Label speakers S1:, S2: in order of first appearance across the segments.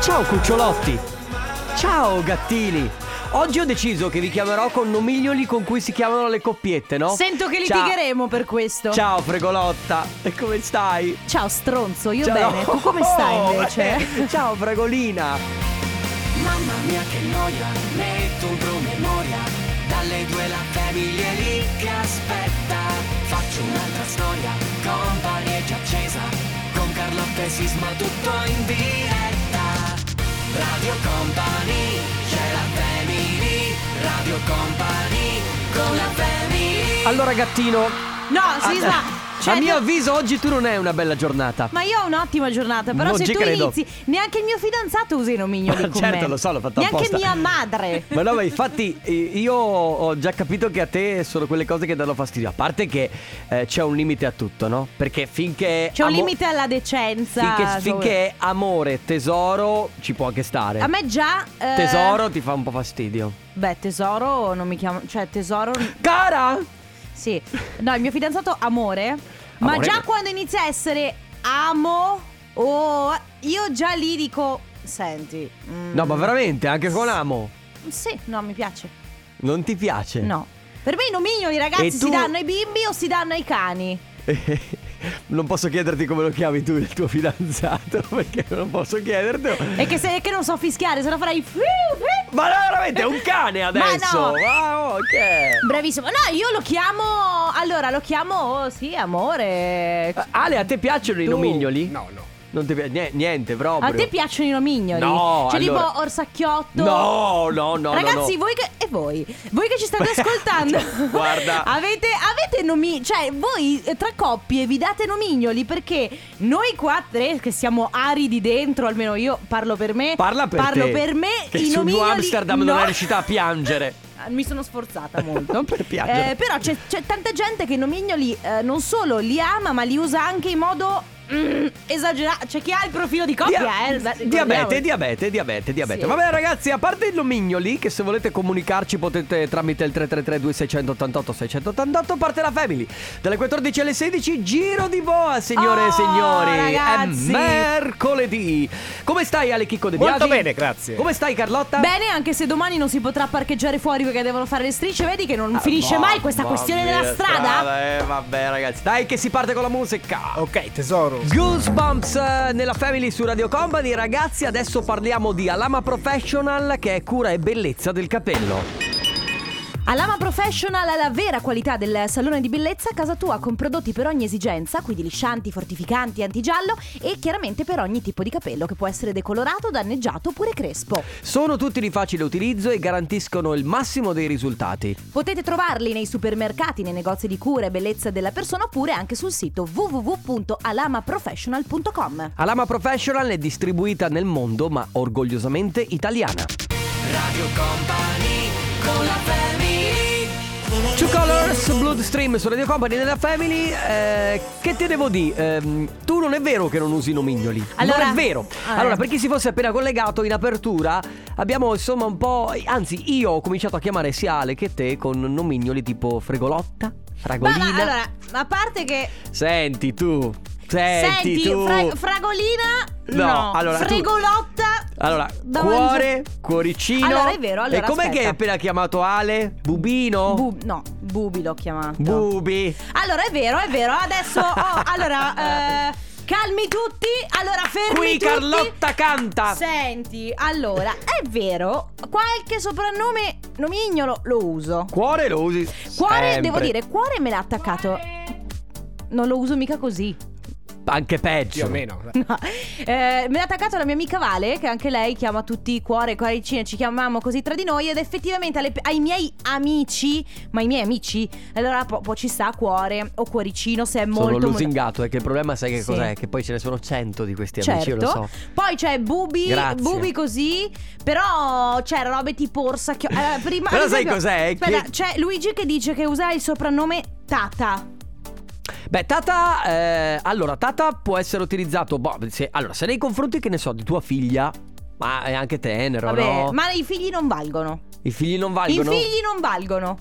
S1: Ciao cucciolotti! Ciao gattini! Oggi ho deciso che vi chiamerò con nomignoli con cui si chiamano le coppiette, no?
S2: Sento che
S1: Ciao-
S2: litigheremo per questo.
S1: Ciao fregolotta, e come stai?
S2: Ciao, stronzo, io
S1: Ciao.
S2: bene. Tu come stai
S1: Oh,
S2: invece?
S1: eh, ciao fregolina!
S3: Mamma mia che noia, metto un promemoria Dalle due la famiglia è lì che aspetta Faccio un'altra storia, company è già accesa Con Carlotta e Sisma tutto in diretta Radio Company, c'è la family Radio Company, con la family
S1: Allora gattino,
S2: No,
S1: Ah,
S2: Sisma. cioè,
S1: a mio
S2: tu-
S1: avviso oggi tu non è una bella giornata.
S2: Ma io ho un'ottima giornata, però
S1: Non
S2: se
S1: ci
S2: tu
S1: credo.
S2: inizi, neanche il mio fidanzato usa i nomignoli
S1: Ma
S2: con
S1: certo,
S2: me.
S1: lo so, l'ho fatto
S2: Neanche
S1: apposta.
S2: mia madre.
S1: Ma no, ma infatti eh, io ho già capito che a te sono quelle cose che danno fastidio. A parte che eh, c'è un limite a tutto, no? Perché finché.
S2: C'è un
S1: amo-
S2: limite alla decenza.
S1: Finché,
S2: insomma.
S1: finché è amore, tesoro, ci può anche stare.
S2: A me già eh,
S1: Tesoro ti fa un po' fastidio.
S2: Beh, tesoro non mi chiamo, cioè tesoro
S1: Cara!
S2: sì. No, il mio fidanzato amore, ma
S1: Amore.
S2: già quando inizia a essere amo o io già lì dico senti. mm,
S1: No, ma veramente, anche con amo.
S2: Sì, no, mi piace.
S1: Non ti piace?
S2: No. Per me i nomignoli,
S1: E
S2: ragazzi,
S1: tu-
S2: si danno ai bimbi o si danno ai cani?
S1: non posso chiederti come lo chiami tu il tuo fidanzato, perché non posso chiedertelo.
S2: E che, se, che non so fischiare, se no farai. fiu, fiu.
S1: Ma no, veramente è un cane adesso!
S2: no.
S1: Ah, ok.
S2: Bravissimo. No, io lo chiamo. Allora, lo chiamo. oh, sì, amore.
S1: Eh, Ale, a te piacciono i
S2: Tu?
S1: nomignoli? No, no. Non ti piace nie- niente, proprio.
S2: A te piacciono i nomignoli?
S1: No,
S2: Cioè,
S1: allora-
S2: tipo orsacchiotto.
S1: No, no, no.
S2: Ragazzi,
S1: no, no.
S2: voi che. E voi? Voi che ci state ascoltando?
S1: Guarda.
S2: Avete, avete nomi. Cioè, voi eh, tra coppie vi date nomignoli perché noi qua tre, che siamo aridi dentro, almeno io parlo per me.
S1: Parla per
S2: parlo
S1: te,
S2: per me.
S1: che
S2: I
S1: su New
S2: nomignoli.
S1: Amsterdam non
S2: no.
S1: è riuscita a piangere.
S2: Ah, Mi sono sforzata molto.
S1: Per piangere.
S2: Eh, però c'è, c'è tanta gente che i nomignoli eh, non solo li ama, ma li usa anche in modo mm, esagerato. C'è chi ha il profilo di coppia,
S1: Dia-
S2: eh. beh,
S1: diabete,
S2: ricordiamo.
S1: diabete, diabete, diabete.
S2: Sì.
S1: Vabbè, ragazzi, a parte il nomignolo lì, che se volete comunicarci potete tramite il 333-2688-688, parte la family. Dalle 14 alle 16, giro di boa, signore e
S2: Oh,
S1: signori. È
S2: ragazzi.
S1: mercoledì. Come stai, Ale Chicco De Biasi?
S4: Molto bene, grazie.
S1: Come stai, Carlotta?
S2: Bene, anche se domani non si potrà parcheggiare fuori perché devono fare le strisce, vedi che non
S1: Ah,
S2: finisce
S1: mamma
S2: mai questa questione
S1: mia,
S2: della strada.
S1: Eh, vabbè, ragazzi, dai, che si parte con la musica.
S4: Ok, tesoro.
S1: Goosebumps eh, nella Family su Radio Company, ragazzi, adesso parliamo di Alama Professional che è cura e bellezza del capello.
S2: Alama Professional ha la vera qualità del salone di bellezza a casa tua con prodotti per ogni esigenza, quindi liscianti, fortificanti, antigiallo e chiaramente per ogni tipo di capello che può essere decolorato, danneggiato oppure crespo.
S1: Sono tutti di facile utilizzo e garantiscono il massimo dei risultati.
S2: Potete trovarli nei supermercati, nei negozi di cura e bellezza della persona oppure anche sul sito www.alamaprofessional.com.
S1: Alama Professional è distribuita nel mondo ma orgogliosamente italiana.
S3: Radio Company, con la family
S1: Two Colors, Bloodstream su Radio Company nella Family. eh, che te devo dire? Ehm, tu non è vero che non usi nomignoli.
S2: Allora-
S1: non è vero.
S2: Ah.
S1: Allora, per chi si fosse appena collegato in apertura, abbiamo insomma un po'. Anzi, io ho cominciato a chiamare sia Ale che te con nomignoli tipo fregolotta,
S2: Ma,
S1: fragolina.
S2: ma allora, a parte che
S1: Senti tu. Senti,
S2: Senti,
S1: tu.
S2: fra- fragolina
S1: No,
S2: no,
S1: allora, tu-
S2: fregolotta
S1: Allora,
S2: da
S1: cuore,
S2: mangiare-
S1: cuoricino.
S2: Allora, è vero, allora
S1: E com'è che hai
S2: aspetta.
S1: appena chiamato Ale? Bubino?
S2: Bu- no, Bubi l'ho chiamato
S1: Bubi.
S2: Allora è vero, è vero, adesso oh, allora eh, calmi tutti, allora fermi
S1: Qui
S2: tutti.
S1: Carlotta canta.
S2: Senti, allora, è vero, qualche soprannome nomignolo lo uso.
S1: Cuore lo usi.
S2: Cuore,
S1: sempre.
S2: devo dire, cuore me l'ha attaccato. Non lo uso mica così.
S1: Anche peggio.
S4: Più o meno.
S2: No. Eh, me l'ha attaccato la mia amica Vale, che anche lei chiama tutti cuore, cuoricine, ci chiamiamo così tra di noi. Ed effettivamente alle- ai miei amici, ma i miei amici, allora po- poi ci sta cuore o cuoricino se è
S1: Sono
S2: molto. molto-
S1: lusingato, è che il problema sai che
S2: Sì.
S1: cos'è? Che poi ce ne sono cento di questi amici,
S2: Certo.
S1: io lo so.
S2: Poi c'è Bubi,
S1: Grazie.
S2: Bubi così, però c'è robe tipo Orsa. Chio- allora, prima,
S1: Però
S2: ad
S1: sai
S2: esempio-
S1: cos'è?
S2: Aspetta,
S1: Che-
S2: c'è Luigi che dice che usa il soprannome Tata.
S1: Beh, Tata, eh, allora, Tata può essere utilizzato. boh, se- allora, se nei confronti, che ne so, di tua figlia, ma è anche tenero,
S2: Vabbè,
S1: no?
S2: ma i figli non valgono.
S1: I figli non valgono.
S2: I figli non valgono.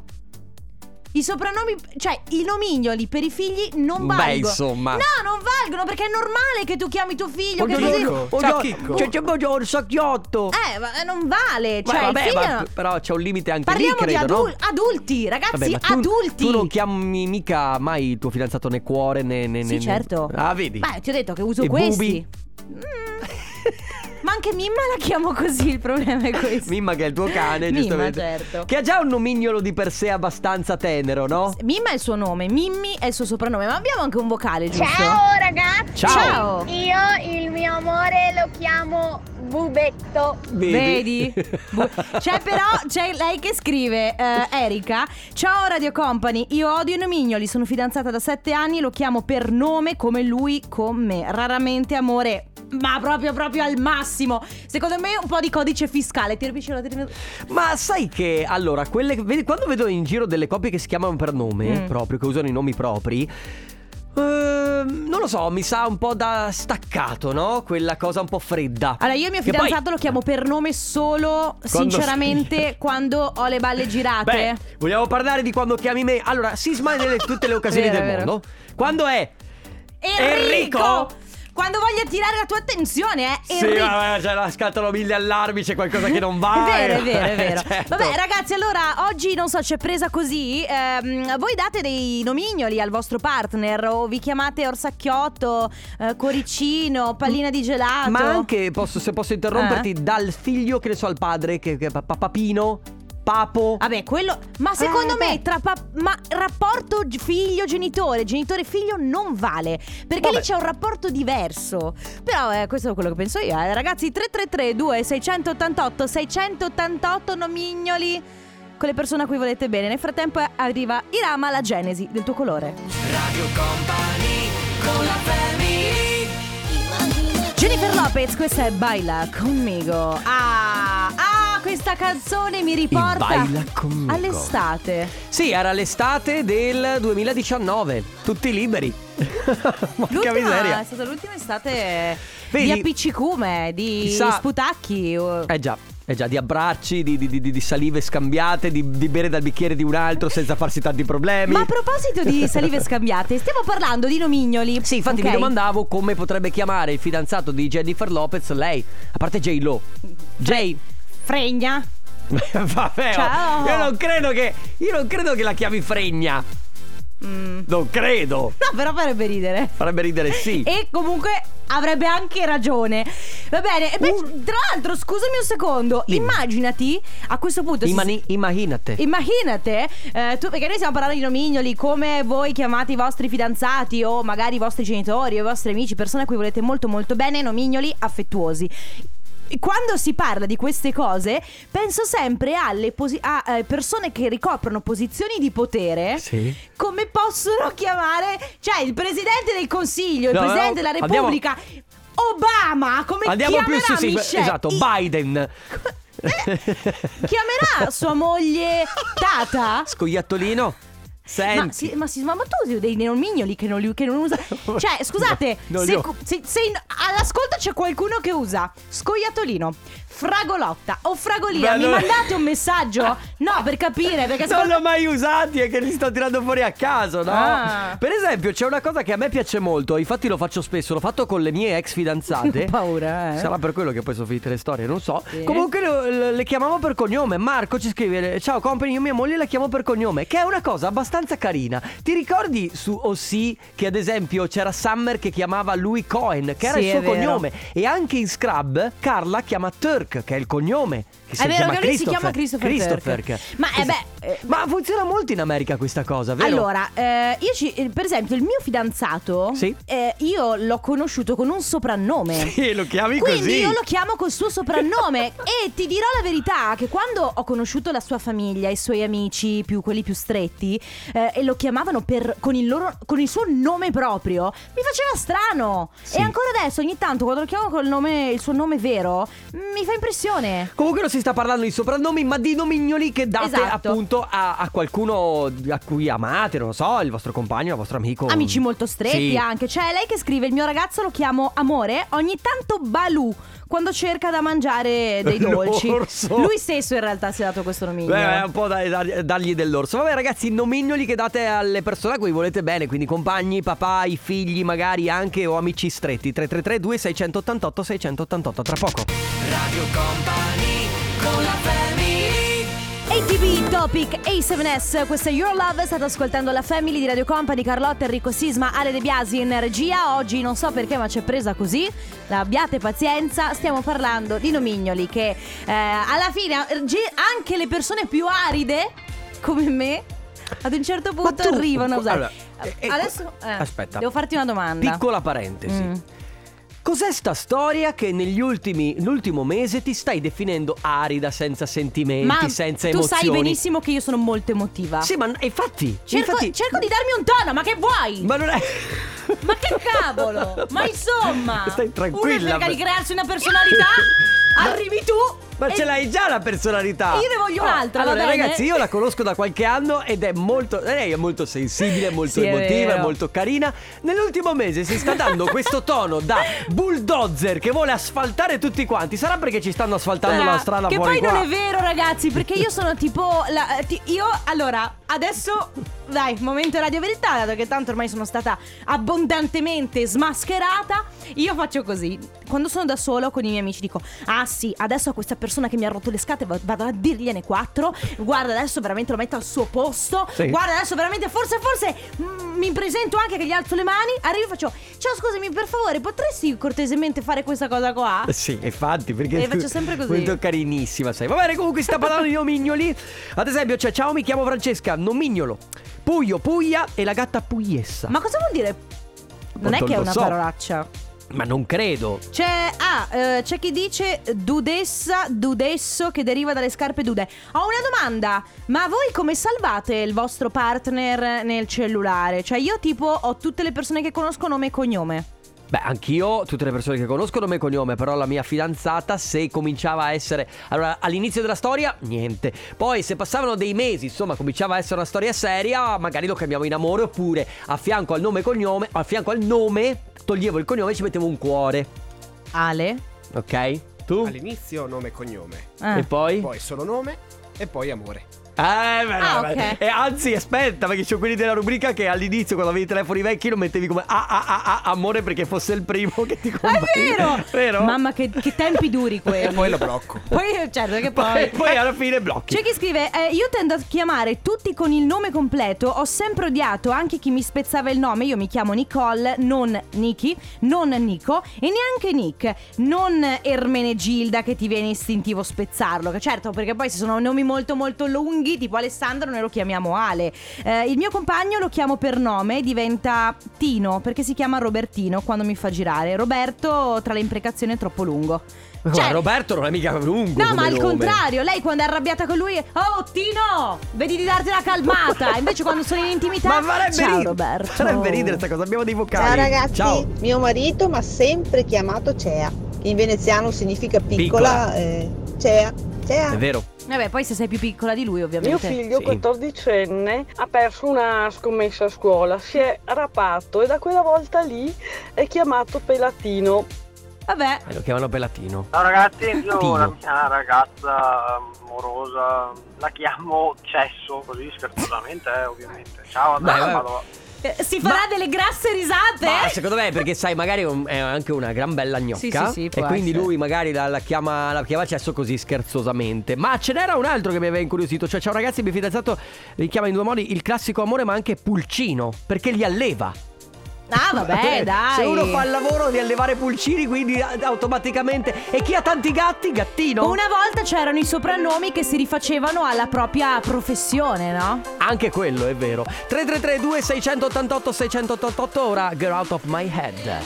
S2: I soprannomi, cioè i nomignoli per i figli non
S1: Beh,
S2: valgono.
S1: insomma.
S2: No, non valgono perché è normale che tu chiami tuo figlio. Che così.
S1: Buongiorno,
S4: Chicco.
S1: buongiorno.
S4: Ciao, Chicco.
S1: C'è, c'è, buongiorno, cioè, sacchiotto.
S2: Eh, ma non vale.
S1: Ma
S2: Cioè,
S1: vabbè,
S2: il figlio.
S1: ma-
S2: no-
S1: però c'è un limite anche
S2: Parliamo
S1: lì,
S2: di
S1: credo,
S2: adul-
S1: no?
S2: adulti, ragazzi,
S1: Vabbè, ma tu,
S2: adulti.
S1: Tu non chiami mica mai il tuo fidanzato né cuore né... né
S2: Sì,
S1: né-
S2: certo.
S1: Ah, vedi?
S2: Beh, ti ho detto che uso
S1: E
S2: questi.
S1: Bubi?
S2: Mm. ma anche Mimma la chiamo così, il problema è questo.
S1: Mimma che è il tuo cane,
S2: Mimma,
S1: giustamente.
S2: certo.
S1: Che ha già un nomignolo di per sé abbastanza tenero, no?
S2: Mimma è il suo nome, Mimmi è il suo soprannome, ma abbiamo anche un vocale, giusto?
S5: Ciao ragazzi!
S2: Ciao.
S5: Io il mio amore lo chiamo Bubetto.
S2: Vedi? Bu- cioè, c'è però, c'è lei che scrive, eh, Erika, ciao Radio Company, io odio i nomignoli, sono fidanzata da sette anni, lo chiamo per nome come lui, con me, raramente amore, ma proprio proprio al massimo. Secondo me un po' di codice fiscale, ti ripisci la tirino-
S1: Ma sai che allora, quelle, vedi, quando vedo in giro delle coppie che si chiamano per nome
S2: Mm.
S1: proprio, che usano i nomi propri. ehm, non lo so, mi sa un po' da staccato, no? Quella cosa un po' fredda.
S2: Allora, io mio
S1: Che poi-
S2: fidanzato lo chiamo per nome solo,
S1: Quando-
S2: sinceramente, quando ho le balle girate.
S1: Beh, vogliamo parlare di quando chiami me. Allora, Sisma è nelle tutte le occasioni
S2: Vero,
S1: del
S2: vero.
S1: mondo. Quando è?
S2: Enrico! Quando voglio attirare la tua attenzione, eh,
S1: Sì,
S2: Enrico!
S1: vabbè, cioè, la scattano mille allarmi, c'è qualcosa che non va.
S2: È vero, è vero, è vero.
S1: Certo.
S2: Vabbè, ragazzi, allora oggi non so, c'è presa così. ehm, voi date dei nomignoli al vostro partner o vi chiamate orsacchiotto, eh, coricino, pallina di gelato.
S1: Ma anche, posso- se posso
S2: Eh?
S1: interromperti, dal figlio, che ne so, al padre, che, che- pa- pa- papino, papo.
S2: Vabbè, quello. Ma secondo
S1: Eh,
S2: me, tra pa- ma rapporto gi- figlio-genitore, genitore-figlio non vale. Perché
S1: Vabbè.
S2: lì c'è un rapporto diverso. Però eh, questo è quello che penso io. eh. Ragazzi, 333-2688-688 nomignoli con le persone a cui volete bene. Nel frattempo eh, arriva Irama, la genesi del tuo colore. Jennifer Lopez, questa è Baila conmigo. Ah, ah, questa canzone mi riporta
S1: Baila conmigo.
S2: all'estate.
S1: Sì, era l'estate del 2019. Tutti liberi. Porca
S2: L'ultima è
S1: miseria.
S2: stata l'ultima estate
S1: Vedi?
S2: di appiccicume, di
S1: Chissà-
S2: sputacchi. o-
S1: Eh già, eh già, di abbracci, di, di- di- di salive scambiate, di, di bere dal bicchiere di un altro senza farsi tanti problemi.
S2: Ma a proposito di salive scambiate, stiamo parlando di nomignoli.
S1: Sì, infatti mi
S2: ok?
S1: domandavo come potrebbe chiamare il fidanzato di Jennifer Lopez lei, a parte J. Lo. J.
S2: Fregna.
S1: Vabbè, oh,
S2: Ciao.
S1: io non credo che. Io non credo che la chiami fregna.
S2: Mm.
S1: Non credo.
S2: No, però farebbe ridere.
S1: Farebbe ridere, sì.
S2: E comunque avrebbe anche ragione. Va bene. e beh, Tra l'altro, scusami un secondo.
S1: Dimmi.
S2: Immaginati a questo punto. si-
S1: Imani- immaginate.
S2: Immaginate, eh, tu, perché noi stiamo parlando di nomignoli, come voi chiamate i vostri fidanzati o magari i vostri genitori o i vostri amici, persone a cui volete molto molto bene, nomignoli affettuosi. Quando si parla di queste cose, penso sempre alle posi- a eh, persone che ricoprono posizioni di potere.
S1: Sì.
S2: Come possono chiamare, cioè, il presidente del consiglio, il
S1: No, no,
S2: presidente della
S1: andiamo-
S2: Repubblica, Obama, come
S1: Andiamo più
S2: chiamerà
S1: su sì,
S2: Michelle?
S1: esatto,
S2: I-
S1: Biden.
S2: Eh, chiamerà sua moglie Tata?
S1: Scoiattolino. Senti.
S2: Ma, si, ma, si, ma tu hai dei neomignoli che non, li, che non usa. Cioè, scusate,
S1: No, non li
S2: se,
S1: ho.
S2: cu- se- se in- all'ascolto c'è qualcuno che usa scoiattolino, fragolotta o fragolina,
S1: Beh,
S2: mi
S1: non-
S2: mandate un messaggio? No, per capire,
S1: non
S2: perché secondo
S1: l'ho mai usati e che li sto tirando fuori a caso, no?
S2: Ah.
S1: Per esempio, c'è una cosa che a me piace molto, infatti lo faccio spesso, l'ho fatto con le mie ex fidanzate.
S2: Ho paura, eh.
S1: Sarà per quello che poi sono finite le storie, non so.
S2: Sì.
S1: Comunque lo- le, le chiamavo per cognome. Marco ci scrive: Ciao company, io mia moglie la chiamo per cognome, che è una cosa abbastanza carina. Ti ricordi su OC che ad esempio c'era Summer che chiamava lui Cohen, che era
S2: Sì,
S1: il suo
S2: è vero.
S1: cognome. E anche in Scrub Carla chiama Turk, che è il cognome. Che si
S2: È vero
S1: chiama
S2: che Eh, lui si chiama Christopher Turk. Ma, eh,
S1: Esatto.
S2: beh, eh,
S1: Ma funziona molto in America questa cosa, vero?
S2: Allora, eh, io ci, eh, per esempio, il mio fidanzato,
S1: Sì.
S2: eh, io l'ho conosciuto con un soprannome.
S1: Sì, lo chiami
S2: Quindi
S1: così.
S2: io lo chiamo col suo soprannome e ti dirò la verità che quando ho conosciuto la sua famiglia, i suoi amici, più quelli più stretti, eh, e lo chiamavano per- con, il loro- con il suo nome proprio, mi faceva strano.
S1: Sì.
S2: E ancora adesso ogni tanto quando lo chiamo col nome, il suo nome vero, mi fa impressione.
S1: Comunque non si sta parlando di soprannomi, ma di nomignoli che date
S2: Esatto.
S1: appunto a, a qualcuno a cui amate, non lo so, il vostro compagno, il vostro amico.
S2: Amici molto stretti
S1: Sì.
S2: anche. C'è lei che scrive: Il mio ragazzo lo chiamo amore, ogni tanto Balù. Quando cerca da mangiare dei dolci.
S1: L'orso.
S2: Lui stesso in realtà si è dato questo
S1: Beh,
S2: nomignolo.
S1: Eh, beh, un po' da, da- dargli dell'orso. Vabbè, ragazzi, nomignoli consigli che date alle persone a cui volete bene, quindi compagni, papà, i figli magari anche o amici stretti. 333 2688 688 tra poco.
S3: Radio Company con la family
S2: ATV Topic A7S, questa è Your Love, state ascoltando la Family di Radio Company, Carlotta, Enrico Sisma, Ale De Biasi in regia, oggi non so perché ma c'è presa così, abbiate pazienza, stiamo parlando di nomignoli che eh, alla fine eh, ge- anche le persone più aride come me ad un certo
S1: Ma
S2: punto
S1: tu-
S2: arrivano a usare...
S1: Allora, eh, eh,
S2: Adesso eh,
S1: aspetta.
S2: devo farti una domanda.
S1: Piccola parentesi.
S2: Mm.
S1: Cos'è sta storia che negli ultimi l'ultimo mese ti stai definendo arida, senza sentimenti,
S2: ma
S1: senza
S2: tu
S1: emozioni?
S2: sai benissimo che io sono molto emotiva.
S1: Sì, ma infatti,
S2: Cerco,
S1: infatti
S2: cerco di darmi un tono, ma che vuoi?
S1: Ma non è
S2: Ma che cavolo? Ma insomma,
S1: Stai tranquilla.
S2: Uno cerca di
S1: ma-
S2: crearsi una personalità,
S1: Ma-
S2: arrivi tu.
S1: Ma
S2: e-
S1: ce l'hai già la personalità.
S2: E io ne voglio
S1: Oh,
S2: un'altra, va
S1: Allora,
S2: bene?
S1: ragazzi, io la conosco da qualche anno ed è molto. Lei è molto sensibile, è molto
S2: Sì, è
S1: emotiva, è,
S2: vero.
S1: molto carina. Nell'ultimo mese si sta dando questo tono da bulldozer che vuole asfaltare tutti quanti. Sarà perché ci stanno asfaltando
S2: Ah,
S1: la strada
S2: che
S1: fuori
S2: poi
S1: qua.
S2: non è vero, ragazzi, perché io sono tipo. la- ti- io, allora, adesso. Dai, momento radio verità, dato che tanto ormai sono stata abbondantemente smascherata. Io faccio così. Quando sono da solo con i miei amici dico: Ah sì, adesso a questa persona che mi ha rotto le scate va- vado a dirgliene quattro. Guarda, adesso veramente lo metto al suo posto.
S1: Sì.
S2: Guarda, adesso veramente, forse, forse mm, mi presento anche che gli alzo le mani. Arrivo e faccio: Ciao, scusami, per favore, potresti cortesemente fare questa cosa qua?
S1: Eh Sì, infatti, perché
S2: E Eh, faccio sempre così.
S1: Molto carinissima, sai. Va bene, comunque si sta parlando di nomignoli. Ad esempio, c'è ciao, mi chiamo Francesca, nomignolo. Puglio, Puglia e la gatta Pugliessa.
S2: Ma cosa vuol dire? Non è
S1: Quanto
S2: che è
S1: lo
S2: una
S1: so.
S2: parolaccia.
S1: Ma non credo.
S2: C'è, ah, eh, c'è chi dice dudessa, dudesso che deriva dalle scarpe dude. Ho una domanda, ma voi come salvate il vostro partner nel cellulare? Cioè io tipo ho tutte le persone che conosco nome e cognome.
S1: Beh, anch'io, tutte le persone che conoscono nome e cognome, però la mia fidanzata, se cominciava a essere. Allora, all'inizio della storia, niente. Poi, se passavano dei mesi, insomma, cominciava a essere una storia seria, magari lo cambiavo in amore, oppure a fianco al nome e cognome, a fianco al nome, toglievo il cognome e ci mettevo un cuore.
S2: Ale?
S1: Ok? Tu?
S4: All'inizio nome e cognome,
S2: Ah.
S1: E poi?
S4: poi solo nome e poi amore.
S1: Eh, beh,
S2: Ah,
S1: beh,
S2: ok.
S1: beh. E anzi, aspetta, perché c'ho quelli della rubrica che all'inizio, quando avevi i telefoni vecchi, lo mettevi come ah, ah, ah, ah, amore perché fosse il primo che ti
S2: Ah,
S1: compare.
S2: È vero!
S1: vero?
S2: Mamma che, che tempi duri
S1: Eh.
S2: quelli.
S4: E poi lo blocco.
S2: Poi, certo che
S1: Poi,
S2: poi...
S1: poi alla fine blocchi.
S2: C'è chi scrive, eh, io tendo a chiamare tutti con il nome completo, ho sempre odiato anche chi mi spezzava il nome, io mi chiamo Nicole, non Niki, non Nico e neanche Nick, non Ermenegilda che ti viene istintivo spezzarlo, che certo perché poi se sono nomi molto molto lunghi, tipo Alessandro noi lo chiamiamo Ale, Eh, il mio compagno lo chiamo per nome, diventa Tino perché si chiama Robertino quando mi fa girare, Roberto tra le imprecazioni è troppo lungo.
S1: Ma guarda,
S2: Cioè-
S1: Roberto non è mica lungo.
S2: No,
S1: come
S2: ma al
S1: nome.
S2: contrario, lei quando è arrabbiata con lui è Oh Tino, vedi di darti una calmata Invece quando sono in intimità
S1: Ma farebbe
S2: Ciao
S1: ri-
S2: Roberto
S1: Farebbe ridere questa cosa. Abbiamo dei vocali.
S6: Ciao ragazzi,
S1: Ciao.
S6: mio marito mi ha sempre chiamato Cea, che in veneziano significa piccola,
S1: Piccola.
S6: eh, Cea, Cea.
S1: È vero.
S2: Vabbè, poi se sei più piccola di lui
S7: Mio
S2: ovviamente
S7: figlio,
S1: Sì.
S7: 14enne, ha perso una scommessa a scuola, si è rapato e da quella volta lì è chiamato Pelatino.
S2: Vabbè
S1: Eh, lo chiamano Pelatino.
S8: Ciao ragazzi,
S1: Pino.
S8: io la mia ragazza morosa la chiamo Cesso, così scherzosamente eh, ovviamente. Ciao,
S1: Dai,
S8: dai,
S1: vai.
S8: vado-
S2: eh, Si farà delle grasse risate
S1: Ma secondo me, perché sai, magari è un- è anche una gran bella
S2: Sì,
S1: gnocca.
S2: sì, sì,
S1: e
S2: può
S1: quindi
S2: essere.
S1: lui magari la, la chiama, la chiama Cesso così scherzosamente. Ma ce n'era un altro che mi aveva incuriosito. Cioè, c'è un ragazzo, il mio fidanzato, li chiama in due modi il classico amore, ma anche pulcino. Perché li alleva.
S2: Ah vabbè, dai
S1: Se uno fa il lavoro di allevare pulcini, quindi a- automaticamente. E chi ha tanti gatti, gattino.
S2: Una volta c'erano i soprannomi che si rifacevano alla propria professione, no?
S1: Anche quello è vero. 3332 688 688 ora get out of my head.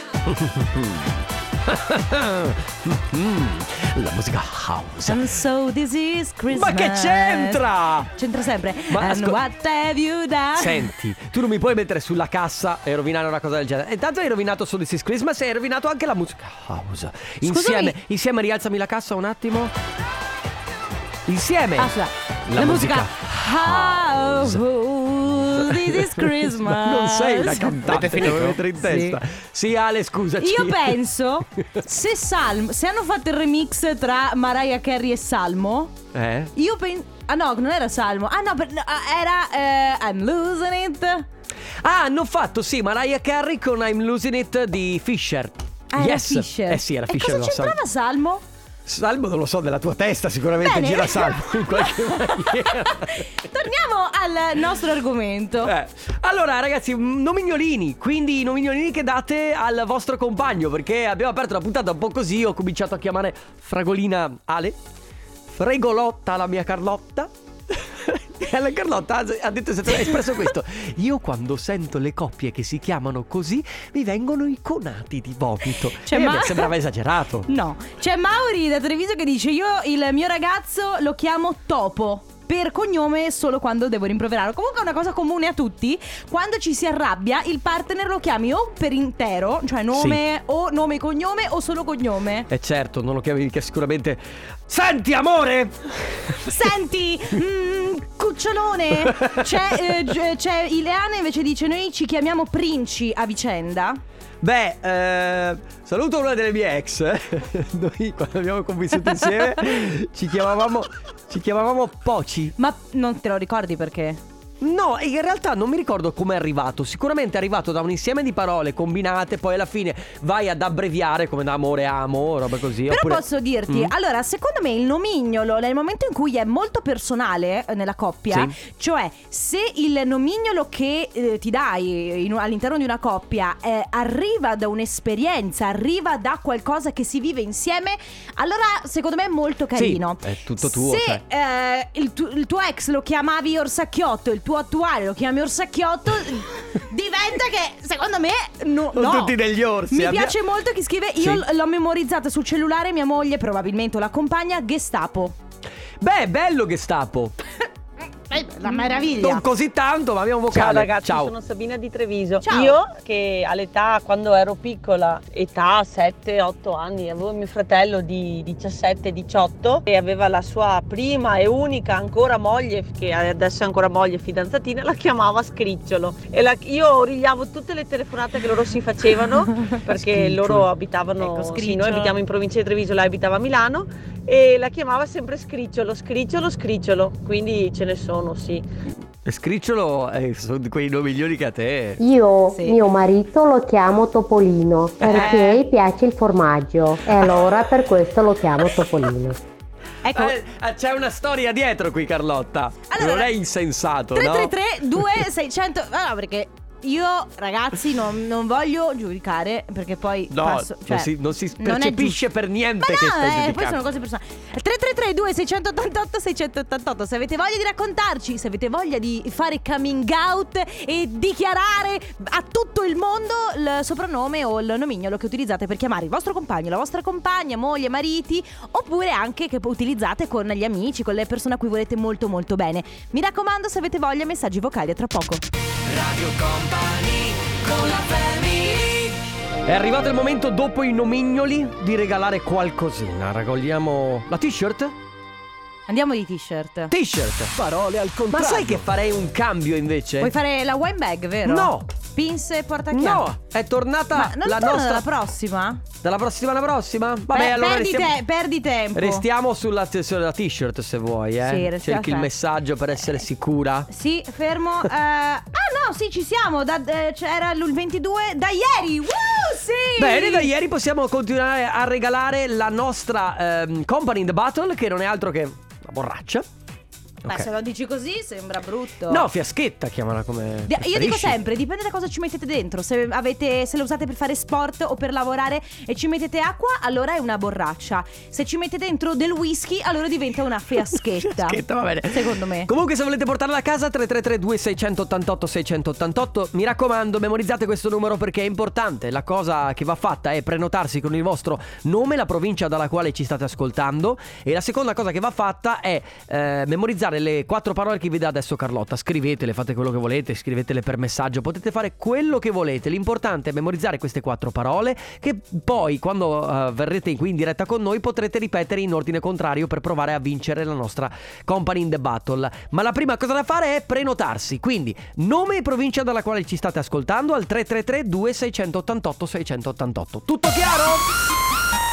S1: La musica house.
S2: And so this is Christmas
S1: Ma che c'entra?
S2: C'entra sempre
S1: Ma
S2: And
S1: ascol-
S2: what have you done
S1: Senti, tu non mi puoi mettere sulla cassa e rovinare una cosa del genere. Intanto hai rovinato solo This is Christmas e hai rovinato anche la musica house. Insieme, insieme rialzami la cassa un attimo. Insieme. Eh,
S2: Ah, scusa.
S1: La musica house.
S2: this is Christmas.
S1: Non sei una
S4: Avete
S1: cantante che
S4: finito?
S1: devo mettere in
S2: Sì.
S1: testa. Sì, Ale, scusaci.
S2: Io penso, se Salmo, se hanno fatto il remix tra Mariah Carey e Salmo,
S1: Eh?
S2: io penso... Ah no, non era Salmo. Ah no, per- no, ah, era eh, I'm losing it.
S1: Ah, hanno fatto, sì, Mariah Carey con I'm Losing It di Fisher.
S2: Ah, era
S1: Yes.
S2: Fisher.
S1: Eh sì, era
S2: e
S1: Fisher.
S2: cosa
S1: no, Salmo.
S2: c'entrava Salmo?
S1: Salmo non lo so, della tua testa sicuramente
S2: Bene.
S1: gira Salmo in qualche maniera.
S2: Torniamo al nostro argomento.
S1: Eh, Allora ragazzi, mm, nomignolini, quindi i nomignolini che date al vostro compagno, perché abbiamo aperto la puntata un po' così, ho cominciato a chiamare Fragolina Ale, Fregolotta la mia Carlotta. E la Carlotta ha- ha detto ha espresso questo. Io quando sento le coppie che si chiamano così, mi vengono i conati di vomito.
S2: Cioè,
S1: Eh,
S2: ma-
S1: beh, sembrava esagerato.
S2: No, c'è Mauri da Treviso che dice io il mio ragazzo lo chiamo Topo. Per cognome solo quando devo rimproverarlo. Comunque è una cosa comune a tutti. Quando ci si arrabbia, il partner lo chiami o per intero, cioè nome o nome e cognome o solo cognome.
S1: E certo, non lo chiami che sicuramente. Senti, amore! Eh,
S2: Senti, mm, cucciolone. C'è, eh, gi- c'è Ileana invece dice noi ci chiamiamo Princi a vicenda.
S1: Beh, eh, saluto una delle mie ex. eh. Noi quando abbiamo convissuto insieme ci chiamavamo. Ci chiamavamo Poci.
S2: Ma non te lo ricordi perché?
S1: No, e in realtà non mi ricordo com'è arrivato. Sicuramente è arrivato da un insieme di parole combinate, poi alla fine vai ad abbreviare come da amore a amo, roba così.
S2: Però
S1: oppure-
S2: posso dirti,
S1: Mm.
S2: allora, secondo me il nomignolo nel momento in cui è molto personale eh, nella coppia, cioè se il nomignolo che eh, ti dai in- all'interno di una coppia eh, arriva da un'esperienza, arriva da qualcosa che si vive insieme, allora secondo me è molto carino.
S1: Sì, è tutto tuo.
S2: Se
S1: cioè.
S2: eh, il, tu- il tuo ex lo chiamavi Orsacchiotto, il tuo attuale lo chiami Orsacchiotto, diventa che secondo me no,
S1: Sono
S2: no.
S1: tutti degli orsi,
S2: Mi
S1: abbia-
S2: piace molto chi scrive io
S1: Sì.
S2: l- l'ho memorizzata sul cellulare mia moglie probabilmente o la compagna Gestapo.
S1: Beh, bello Gestapo.
S2: Eh, La meraviglia.
S1: Non così tanto, ma abbiamo un vocale.
S9: Ciao ragazzi,
S1: Ciao.
S9: sono Sabina di Treviso.
S2: Ciao.
S9: Io che all'età, quando ero piccola, età 7-8 anni, avevo mio fratello di 17-18 e aveva la sua prima e unica ancora moglie, che adesso è ancora moglie, fidanzatina, la chiamava Scricciolo. E la- io origliavo tutte le telefonate che loro si facevano perché
S1: Scricciolo.
S9: loro abitavano,
S2: Ecco,
S9: sì, noi
S2: Scricciolo.
S9: abitiamo in provincia di Treviso, lei abitava a Milano e la chiamava sempre Scricciolo, Scricciolo, Scricciolo. Quindi ce ne sono, sì.
S1: E Scricciolo eh, sono di quei nomiglioli che a te.
S10: Io,
S2: Sì.
S10: mio marito, lo chiamo Topolino perché
S2: Eh.
S10: piace il formaggio e allora per questo lo chiamo Topolino.
S2: Ecco.
S1: Eh, eh, c'è una storia dietro qui, Carlotta.
S2: Allora,
S1: non è insensato, no?
S2: 333 2600 Ah, no, perché io ragazzi non, non voglio giudicare perché poi
S1: No,
S2: passo,
S1: non
S2: cioè,
S1: si- non si
S2: è
S1: percepisce
S2: giusto.
S1: per niente
S2: Ma
S1: che
S2: no,
S1: stai
S2: eh, poi
S1: giudicando.
S2: sono cose personali 333 2688 688 Se avete voglia di raccontarci Se avete voglia di fare coming out E dichiarare a tutto il mondo Il soprannome o il nomignolo che utilizzate Per chiamare il vostro compagno, la vostra compagna Moglie, mariti Oppure anche che utilizzate con gli amici Con le persone a cui volete molto molto bene Mi raccomando se avete voglia messaggi vocali a tra poco
S1: È arrivato il momento, dopo i nomignoli, di regalare qualcosina. Raccogliamo la t-shirt?
S2: Andiamo di t-shirt
S1: T-shirt! Parole al contrario. Ma sai che farei un cambio invece?
S2: Vuoi fare la wine bag vero?
S1: No.
S2: Pinze e portachiavi
S1: No, è tornata
S2: Ma non
S1: Ah, la
S2: torna
S1: nostra...
S2: dalla prossima?
S1: dalla prossima alla prossima? Vabbè,
S2: Beh,
S1: allora
S2: perdi,
S1: restiamo...
S2: te- perdi tempo.
S1: Restiamo sulla, sulla t-shirt se vuoi, eh.
S2: Sì, restiamo-
S1: Cerchi il messaggio per essere sicura.
S2: Sì, fermo. eh, ah no, sì, ci siamo. Da, eh, c'era il 22 da ieri. Woo, sì!
S1: Bene, da ieri possiamo continuare a regalare la nostra ehm, Company in the Battle, che non è altro che una borraccia.
S2: Ma
S1: Ok.
S2: se lo dici così sembra brutto.
S1: No, fiaschetta, chiamala come.
S2: Di- Io dico
S1: preferisci.
S2: sempre, dipende da cosa ci mettete dentro. Se, avete, se lo usate per fare sport o per lavorare e ci mettete acqua, allora è una borraccia. Se ci mettete dentro del whisky, allora diventa una fiaschetta.
S1: Fiaschetta, va bene.
S2: Secondo me.
S1: Comunque, se volete portarla a casa, 333-2688-688. Mi raccomando, memorizzate questo numero perché è importante. La cosa che va fatta è prenotarsi con il vostro nome, la provincia dalla quale ci state ascoltando. E la seconda cosa che va fatta è eh, memorizzare usare le quattro parole che vi dà adesso Carlotta. Scrivetele, fate quello che volete, scrivetele per messaggio, potete fare quello che volete. L'importante è memorizzare queste quattro parole che poi quando eh, verrete qui in diretta con noi potrete ripetere in ordine contrario per provare a vincere la nostra Company in the Battle. Ma la prima cosa da fare è prenotarsi. Quindi nome e provincia dalla quale ci state ascoltando al 333 2688 688. Tutto chiaro?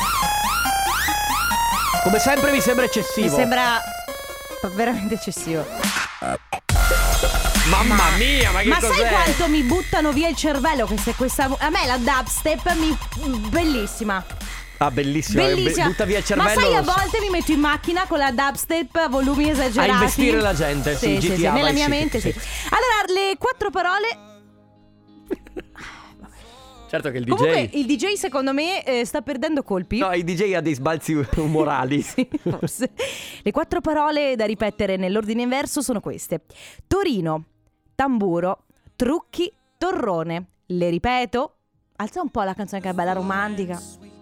S1: Come sempre mi sembra eccessivo.
S2: Mi sembra veramente eccessivo.
S1: Mamma mia, ma che
S2: Ma
S1: cos'è?
S2: sai quanto mi buttano via il cervello questa, questa A me la dubstep mi bellissima.
S1: Ah, bellissimo.
S2: Bellissima.
S1: Butta via il cervello.
S2: Ma sai, a
S1: lo so.
S2: volte mi metto in macchina con la dubstep a volumi esagerati.
S1: A investire la gente, sì,
S2: sì,
S1: GTA,
S2: sì, nella
S1: vai,
S2: mia
S1: sì,
S2: mente sì.
S1: sì.
S2: Allora, le quattro parole
S1: Certo che il DJ.
S2: Comunque il DJ secondo me eh, sta perdendo colpi.
S1: No, il DJ ha dei sbalzi umorali.
S2: Sì, forse. Le quattro parole da ripetere nell'ordine inverso sono queste. Torino, tamburo, trucchi, torrone. Le ripeto. Alza un po' la canzone che è bella romantica.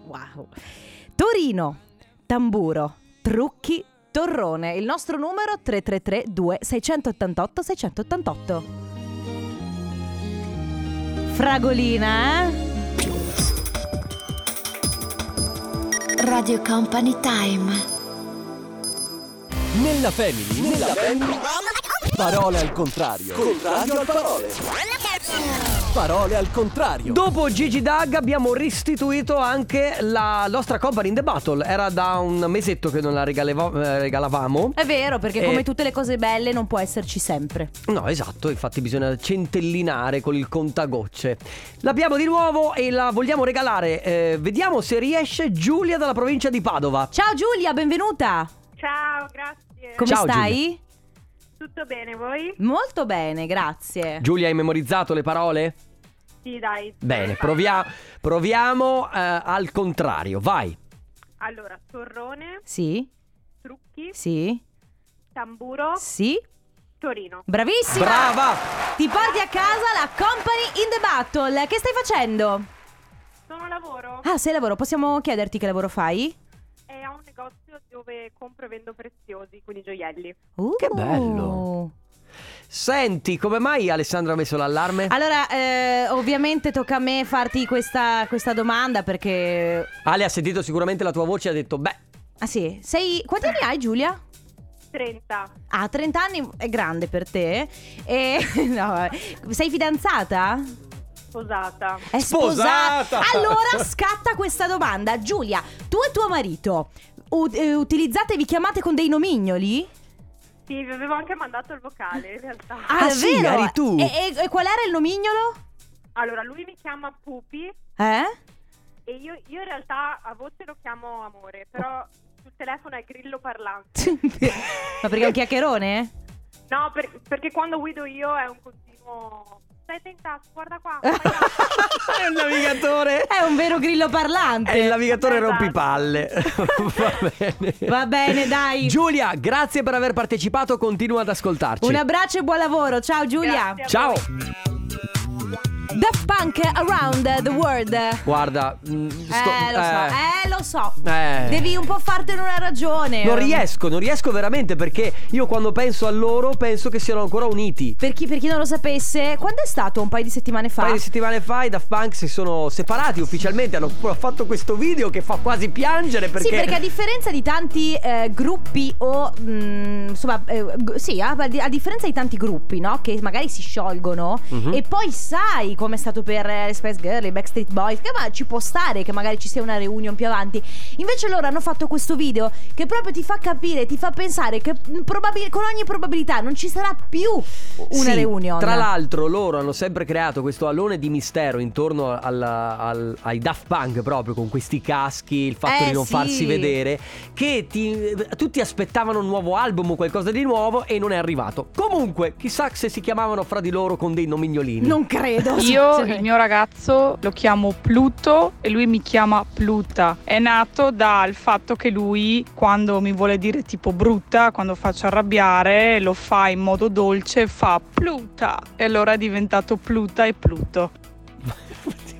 S2: Wow. Torino, tamburo, trucchi, torrone. Il nostro numero 333 2688 688. Fragolina, eh?
S11: Radio Company Time.
S12: Nella family, nella family. Parole al contrario. Contrario al parole. Parole al contrario.
S1: Dopo Gigi Dag abbiamo restituito anche la nostra Company in the Battle. Era da un mesetto che non la regalevo- eh, regalavamo.
S2: È vero, perché
S1: Eh.
S2: come tutte le cose belle non può esserci sempre.
S1: No, esatto, infatti bisogna centellinare con il contagocce. L'abbiamo di nuovo e la vogliamo regalare. Eh, vediamo se riesce Giulia dalla provincia di Padova.
S2: Ciao Giulia, benvenuta.
S13: Ciao, grazie.
S2: Come
S1: Ciao,
S2: stai?
S1: Giulia.
S13: Tutto bene voi?
S2: Molto bene, grazie.
S1: Giulia, hai memorizzato le parole?
S13: Sì, dai.
S1: Bene, provia- proviamo eh, al contrario, vai.
S13: Allora, torrone,
S2: Sì?
S13: trucchi,
S2: Sì?
S13: tamburo,
S2: Sì?
S13: Torino.
S2: Bravissima!
S1: Brava!
S2: Ti porti a casa la Company in the Battle. Che stai facendo?
S13: Sono lavoro
S2: Ah, sei lavoro, possiamo chiederti che lavoro fai?
S13: e ho un negozio dove compro e vendo preziosi, quindi gioielli.
S2: Uh.
S1: Che bello. Senti, come mai Alessandro ha messo l'allarme?
S2: Allora, eh, ovviamente tocca a me farti questa, questa domanda perché...
S1: Ale ha sentito sicuramente la tua voce e ha detto, beh,
S2: Ah sì, sei... Quanti anni hai Giulia?
S13: 30.
S2: Ah, 30 anni è grande per te. E no, sei fidanzata?
S13: Sposata.
S2: È
S13: Sposata!
S2: sposata. Allora scatta questa domanda. Giulia, tu e tuo marito u- eh, utilizzate, vi chiamate con dei nomignoli?
S13: Sì, vi avevo anche mandato il vocale in realtà.
S2: Ah, davvero? E, e- e qual era il nomignolo?
S13: Allora, lui mi chiama Pupi
S2: Eh?
S13: e io, io in realtà a voce lo chiamo Amore, però sul telefono è grillo parlante.
S2: Ma perché è un chiacchierone?
S13: No, per- perché quando guido io è un continuo... Stai tentato, guarda qua.
S1: è un navigatore.
S2: È un vero grillo parlante.
S1: è il navigatore rompipalle. Va bene.
S2: Va bene, dai.
S1: Giulia, grazie per aver partecipato, continua ad ascoltarci.
S2: Un abbraccio e buon lavoro. Ciao Giulia.
S1: Ciao.
S2: Daft Punk Around the World.
S1: Guarda, mm, sto-
S2: eh, lo so, eh, lo so.
S1: Eh.
S2: Devi un po' fartene una ragione.
S1: Non riesco, non riesco veramente perché io quando penso a loro penso che siano ancora uniti.
S2: Per chi, per chi non lo sapesse, quando è stato un paio di settimane fa?
S1: Un paio di settimane fa i Daft Punk si sono separati ufficialmente, hanno poi fatto questo video che fa quasi piangere perché...
S2: Sì, perché a differenza di tanti eh, gruppi o mm, insomma, eh, g- sì, a, a di- a differenza di tanti gruppi, no? Che magari si sciolgono
S14: Mhm.
S2: e poi sai come è stato per eh, le Space Girl, i Backstreet Boys, che ma ci può stare che magari ci sia una reunion più avanti. Invece loro hanno fatto questo video che proprio ti fa capire, ti fa pensare che mm, probabil- con ogni probabilità non ci sarà più una
S1: Sì,
S2: reunion.
S1: Tra l'altro loro hanno sempre creato questo alone di mistero intorno alla- al- ai Daft Punk proprio con questi caschi, il fatto
S2: Eh,
S1: di non
S2: sì.
S1: farsi vedere, che ti- tutti aspettavano un nuovo album o qualcosa di nuovo e non è arrivato. Comunque, chissà se si chiamavano fra di loro con dei nomignolini.
S2: Non credo.
S15: Io il mio ragazzo lo chiamo Pluto e lui mi chiama Pluta. È nato dal fatto che lui quando mi vuole dire tipo brutta, quando faccio arrabbiare, lo fa in modo dolce, fa Pluta. E allora è diventato Pluta e Pluto.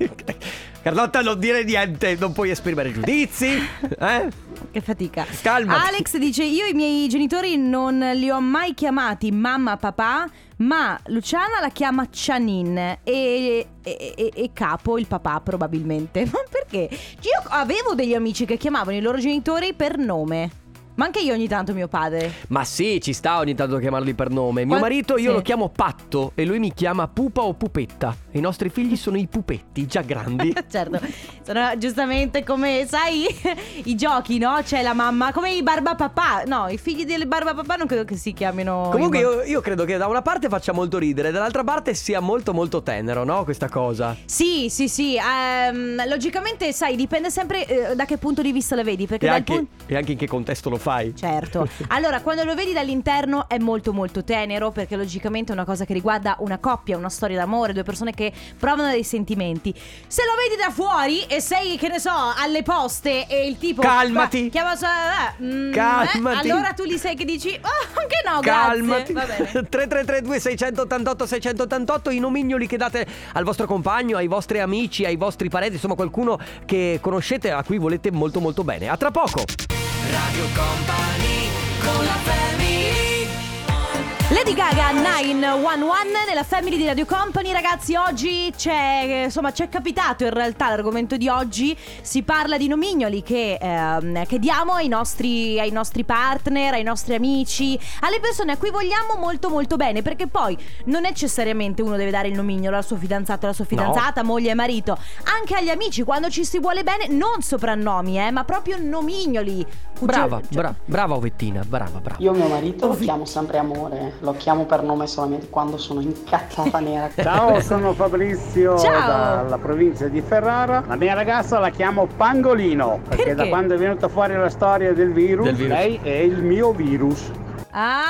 S1: Carlotta non dire niente, non puoi esprimere giudizi. Eh?
S2: Che fatica.
S1: Calma.
S2: Alex dice: Io i miei genitori non li ho mai chiamati mamma, papà. Ma Luciana la chiama Cianin e, e- e- e capo il papà probabilmente. Ma perché? Io avevo degli amici che chiamavano i loro genitori per nome. Ma anche io ogni tanto mio padre.
S1: Ma sì, ci sta ogni tanto a chiamarli per nome. Mio
S2: Qual-
S1: marito io
S2: sì.
S1: lo chiamo Patto e lui mi chiama Pupa o Pupetta. I nostri figli sono i pupetti, già grandi.
S2: certo, sono giustamente come, sai, i giochi, no? C'è la mamma, come i barbapapà. No, i figli del barbapapà non credo che si chiamino.
S1: Comunque
S2: in-
S1: io, io credo che da una parte faccia molto ridere, dall'altra parte sia molto molto tenero, no? Questa cosa.
S2: Sì, sì, sì. ehm, logicamente, sai, dipende sempre eh, da che punto di vista la vedi. Perché
S1: E
S2: dal
S1: anche,
S2: punto.
S1: e anche in che contesto lo fai.
S2: Certo. Allora, quando lo vedi dall'interno è molto molto tenero perché logicamente è una cosa che riguarda una coppia, una storia d'amore, due persone che provano dei sentimenti. Se lo vedi da fuori e sei, che ne so, alle poste e il tipo...
S1: Calmati.
S2: "Qua- Chiama sua- eh, mm,
S1: Calmati.
S2: eh, allora tu gli sei che dici... Oh, anche no,
S1: Calmati.
S2: grazie. Va bene.
S1: 3332 688 688 i nomignoli che date al vostro compagno, ai vostri amici, ai vostri parenti, insomma qualcuno che conoscete a cui volete molto molto bene. A tra poco.
S2: Lady Gaga 911 nella Family di Radio Company, ragazzi, oggi c'è, insomma, c'è capitato in realtà l'argomento di oggi, si parla di nomignoli che, ehm, che diamo ai nostri, ai nostri partner, ai nostri amici, alle persone a cui vogliamo molto molto bene, perché poi non necessariamente uno deve dare il nomignolo al suo fidanzato, alla sua fidanzata, moglie e marito, anche agli amici quando ci si vuole bene, non soprannomi, eh, ma proprio nomignoli. Cucci-
S1: Brava, bra- brava Ovettina, brava, brava.
S14: Io mio marito lo chiamo sempre amore, lo chiamo per nome solamente quando sono incazzata nera.
S16: Ciao, sono Fabrizio
S14: Ciao.
S16: dalla provincia di Ferrara. La mia ragazza la chiamo Pangolino perché,
S2: Perché?
S16: da quando è venuta fuori la storia del virus,
S1: Del virus.
S16: lei è il mio virus.
S2: Ah,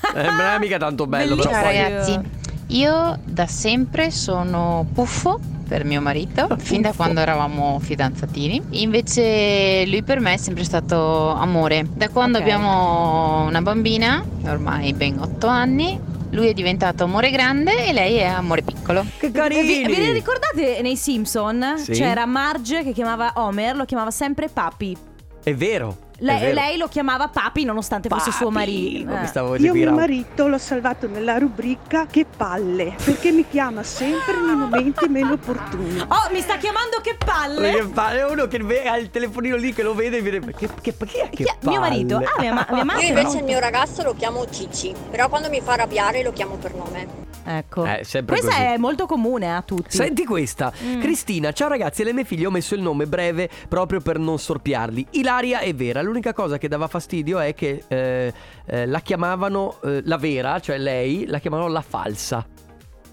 S1: Capito? Eh, non è mica tanto bello, però
S17: Ciao
S1: poi-
S17: ragazzi, io da sempre sono puffo per mio marito, fin da quando eravamo fidanzatini. Invece lui per me è sempre stato amore. Da quando
S18: Ok.
S17: abbiamo una bambina, ormai ben 8 anni, lui è diventato amore grande e lei è amore piccolo.
S1: Che
S2: Vi, ve ne ricordate nei Simpson?
S17: Sì.
S2: C'era Marge che chiamava Homer, lo chiamava sempre Papi.
S1: È vero. è
S2: Lei,
S1: vero.
S2: lei lo chiamava Papi nonostante fosse suo marito.
S1: mi
S2: Eh.
S1: stavo
S19: Io mio
S1: girando.
S19: marito l'ho salvato nella rubrica Che palle, perché mi chiama sempre nei momenti meno opportuni.
S2: Oh, mi sta chiamando che palle!
S1: Perché fa- è uno che ve- ha il telefonino lì che lo vede e viene. Ma che, che, chi è che
S2: mio
S1: palle?"
S2: marito? Ah, mia ma- mia madre
S20: Io invece il mio ragazzo lo chiamo Cicci, però quando mi fa arrabbiare lo chiamo per nome.
S2: Ecco.
S1: Eh, sempre
S2: Questa
S1: così.
S2: è molto comune eh, a tutti.
S1: Senti questa,
S2: Mm.
S1: Cristina, ciao ragazzi, alle mie figlie ho messo il nome breve proprio per non sorpiarli. Ilaria è vera, l'unica cosa che dava fastidio è che eh, eh, la chiamavano eh, la vera, cioè lei, la chiamavano la falsa.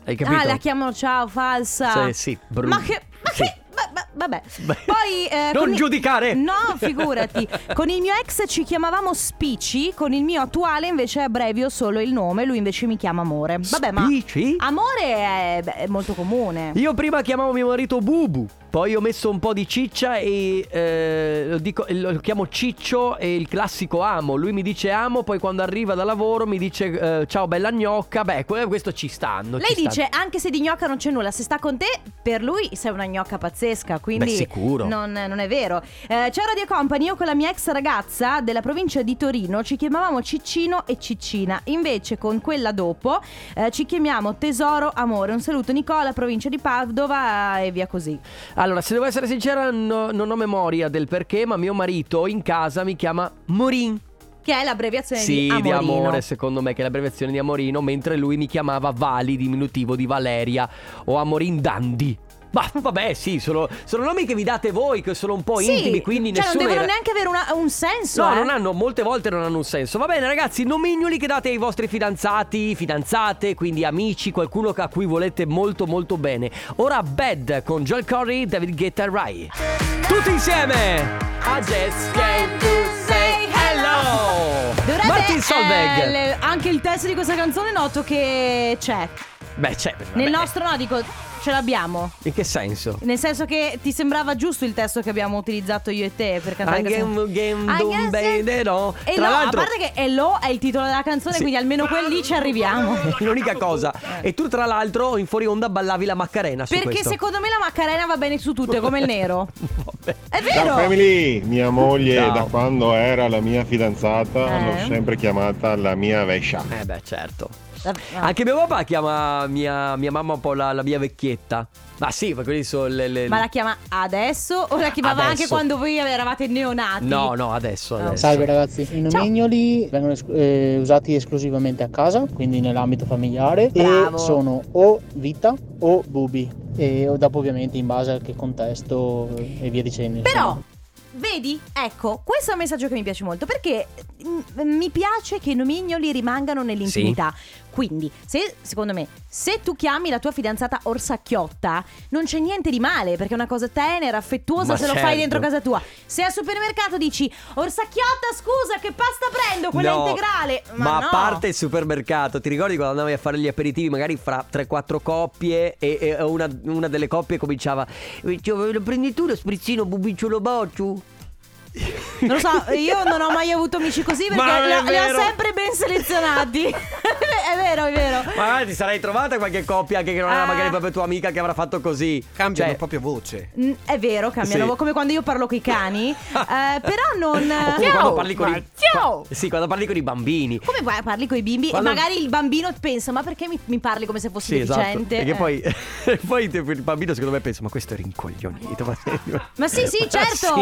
S1: Hai capito? Cioè,
S2: Ah, la chiamano ciao, falsa.
S1: Sì, sì, brutto.
S2: Ma che. Ma
S1: Sì.
S2: che. ma- ma- vabbè. Poi. eh,
S1: Non
S2: con i-
S1: giudicare!
S2: No, figurati. con il mio ex ci chiamavamo Spici, con il mio attuale invece è brevio solo il nome, lui invece mi chiama Amore. Vabbè, ma.
S1: Spici?
S2: Amore è, beh, è molto comune.
S1: Io prima chiamavo mio marito Bubu, poi ho messo un po' di ciccia e eh, lo, dico- lo chiamo Ciccio e il classico amo. Lui mi dice amo, poi quando arriva da lavoro mi dice eh, ciao bella gnocca. Beh, que- questo ci stanno.
S2: Lei
S1: ci stanno.
S2: dice anche se di gnocca non c'è nulla, se sta con te, per lui sei una gnocca pazzesca, quindi
S1: Beh, sicuro.
S2: Non, non è vero. Eh, ciao Radio Company, io con la mia ex ragazza della provincia di Torino ci chiamavamo Ciccino e Ciccina, invece con quella dopo eh, ci chiamiamo Tesoro Amore. Un saluto Nicola, provincia di Padova eh, e via così.
S1: Allora, se devo essere sincera, no- non ho memoria del perché, ma mio marito in casa mi chiama Morin.
S2: Che è l'abbreviazione
S1: Sì,
S2: di Amorino.
S1: di amore, secondo me, che è l'abbreviazione di Amorino, mentre lui mi chiamava Vali, diminutivo di Valeria, o Amorin Dandi. Ma vabbè, sì, sono, sono nomi che vi date voi, che sono un po'
S2: Sì,
S1: intimi, quindi
S2: cioè non
S1: nessuno...
S2: devono
S1: era-
S2: neanche avere una- un senso.
S1: No,
S2: eh.
S1: non hanno, molte volte non hanno un senso. Va bene, ragazzi, nomignoli che date ai vostri fidanzati, fidanzate, quindi amici, qualcuno a cui volete molto molto bene. Ora Bad con Joel Corey, David Guetta e Rai. Tutti insieme! A Jazz Came to Say Hello!
S2: Dovrebbe,
S1: Martin Solveig!
S2: eh, le- anche il testo di questa canzone noto che c'è.
S1: Beh, c'è.
S2: Nel
S1: vabbè,
S2: nostro no, dico, ce l'abbiamo.
S1: In che senso?
S2: Nel senso che ti sembrava giusto il testo che abbiamo utilizzato io e te per cantare
S1: Anche
S2: questa-
S1: un game
S2: Anche
S1: d'un
S2: se-
S1: bene, no? Tra
S2: E Eh, no,
S1: l'altro,
S2: a parte che Hello è il titolo della canzone,
S1: Sì.
S2: quindi almeno quelli ci arriviamo.
S1: l'unica cosa. E tu, tra l'altro, in fuori onda ballavi la Macarena su
S2: Perché
S1: questo.
S2: secondo me la Macarena va bene su tutto, è come il nero. È
S18: Ciao
S2: vero! Eh.
S18: family, mia moglie
S1: Ciao.
S18: da quando era la mia fidanzata
S2: Eh.
S18: l'ho sempre chiamata la mia vescia.
S1: Eh beh, certo.
S2: Ah.
S1: Anche mio papà chiama mia, mia mamma un po' la, la mia vecchietta. Ma sì, ma quelli sono le. le-
S2: Ma la chiama adesso o la chiamava
S1: Adesso.
S2: anche quando voi eravate neonati? Ah,
S1: No, no, adesso. adesso.
S21: Salve ragazzi, i nomignoli vengono es- eh, usati esclusivamente a casa, quindi nell'ambito familiare
S2: Bravo.
S21: e sono o vita o bubi e o dopo ovviamente in base a che contesto e via dicendo.
S2: Però, vedi, ecco, questo è un messaggio che mi piace molto perché mm, mi piace che i nomignoli rimangano nell'intimità. Quindi, se, secondo me, se tu chiami la tua fidanzata Orsacchiotta, non c'è niente di male perché è una cosa tenera, affettuosa
S1: Ma
S2: se lo fai
S1: certo.
S2: dentro casa tua. Se al supermercato dici Orsacchiotta, scusa, che pasta prendo? Quella
S1: No,
S2: integrale. Ma,
S1: ma
S2: no.
S1: a parte il supermercato, ti ricordi quando andavi a fare gli aperitivi, magari fra 3-4 coppie, e, e una, una delle coppie cominciava: "Eh, cioè, Lo prendi tu lo sprizzino, bubicciolo bocciu?
S2: Non lo so, io non ho mai avuto amici così perché
S1: Ma non
S2: li
S1: è
S2: ho, li ho
S1: vero.
S2: sempre ben selezionati. è vero, è vero.
S1: Ma ti sarai trovata qualche coppia anche che non era
S2: Ah.
S1: magari proprio tua amica che avrà fatto così. Cioè, Cambiano proprio voce.
S2: Mm, È vero, cambiano,
S1: Sì.
S2: come quando io parlo coi cani, eh, però non...
S1: Oppure quando parli con i.
S2: guarda, ciao!
S1: Sì, quando parli con i bambini.
S2: Come vai- parli con i bimbi
S1: Quando-
S2: e magari il bambino pensa, ma perché mi, mi parli come se fossi
S1: Sì, esatto.
S2: deficiente?
S1: Perché
S2: Eh.
S1: poi, poi te- il bambino, secondo me, pensa: Ma questo è rincoglionito. Ma,
S2: Ma sì, sì,
S1: Ma
S2: certo,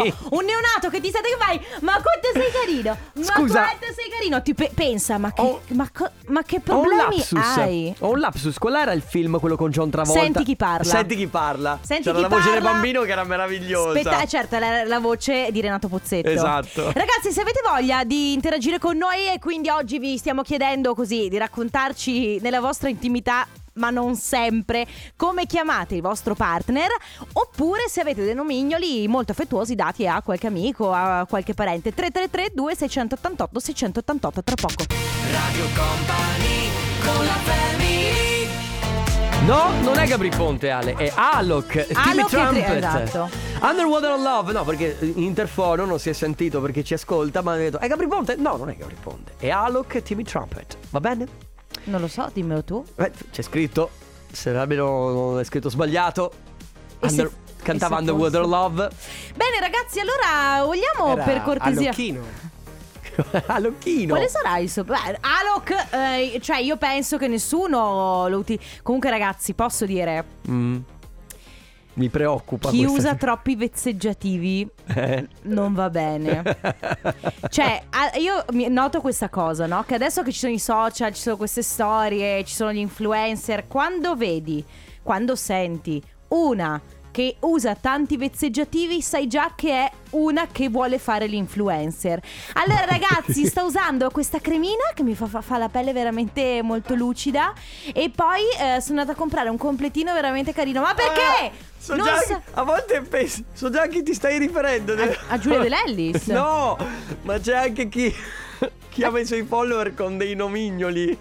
S1: Eh, sì.
S2: un neonato che ti sente che fai, ma quanto sei carino, ma
S1: Scusa.
S2: quanto sei carino, ti pe- pensa, ma che, ma co- ma che
S1: Ho un
S2: problemi
S1: lapsus.
S2: hai?
S1: Ho un lapsus. Qual era il film quello con John Travolta?
S2: Senti chi parla.
S1: Senti chi parla.
S2: Senti
S1: C'era
S2: chi
S1: la voce del
S2: parla.
S1: bambino che era meravigliosa.
S2: Aspetta, eh, certo, la, la voce di Renato Pozzetto.
S1: Esatto.
S2: Ragazzi, se avete voglia di interagire con noi e quindi oggi vi stiamo chiedendo così di raccontarci nella vostra intimità ma non sempre come chiamate il vostro partner oppure se avete dei nomignoli molto affettuosi dati a qualche amico a qualche parente 333 2688 688 tra poco
S3: Radio Company con la family
S1: No, non è Gabri Ponte, Ale, è Alok.
S2: Alok
S1: Timmy
S2: e
S1: Trumpet.
S2: Tri- esatto.
S1: Underwater on Love. No, perché in interfono non si è sentito perché ci ascolta, ma ha detto: È Gabri Ponte? No, non è Gabri Ponte. È Alok e Timmy Trumpet. Va bene?
S2: non lo so dimmelo tu
S1: Beh, c'è scritto. Se almeno non è scritto sbagliato.
S2: E se-
S1: Under-
S2: e
S1: cantava
S2: se
S1: Underwater
S2: fosse-
S1: Love.
S2: bene ragazzi allora vogliamo
S1: Era
S2: per cortesia
S1: Alocchino.
S2: Quale sarà il suo... Beh, Alok, eh, cioè io penso che nessuno lo utilizzi... Comunque ragazzi, posso dire,
S1: Mm. Mi preoccupa.
S2: chi
S1: questa-
S2: usa troppi vezzeggiativi
S1: Eh.
S2: non va bene. cioè, a- io mi- noto questa cosa, no? Che adesso che ci sono i social, ci sono queste storie, ci sono gli influencer, quando vedi, quando senti una che usa tanti vezzeggiativi, sai già che è una che vuole fare l'influencer. Allora ragazzi, sto usando questa cremina che mi fa, fa- fa la pelle veramente molto lucida e poi eh, sono andata a comprare un completino veramente carino. Ma perché?
S1: Ah, So
S2: Non
S1: già,
S2: sa-
S1: A volte penso, so già a chi ti stai riferendo.
S2: a Giulia De Lellis?
S1: No, ma c'è anche chi chiama i suoi follower con dei nomignoli.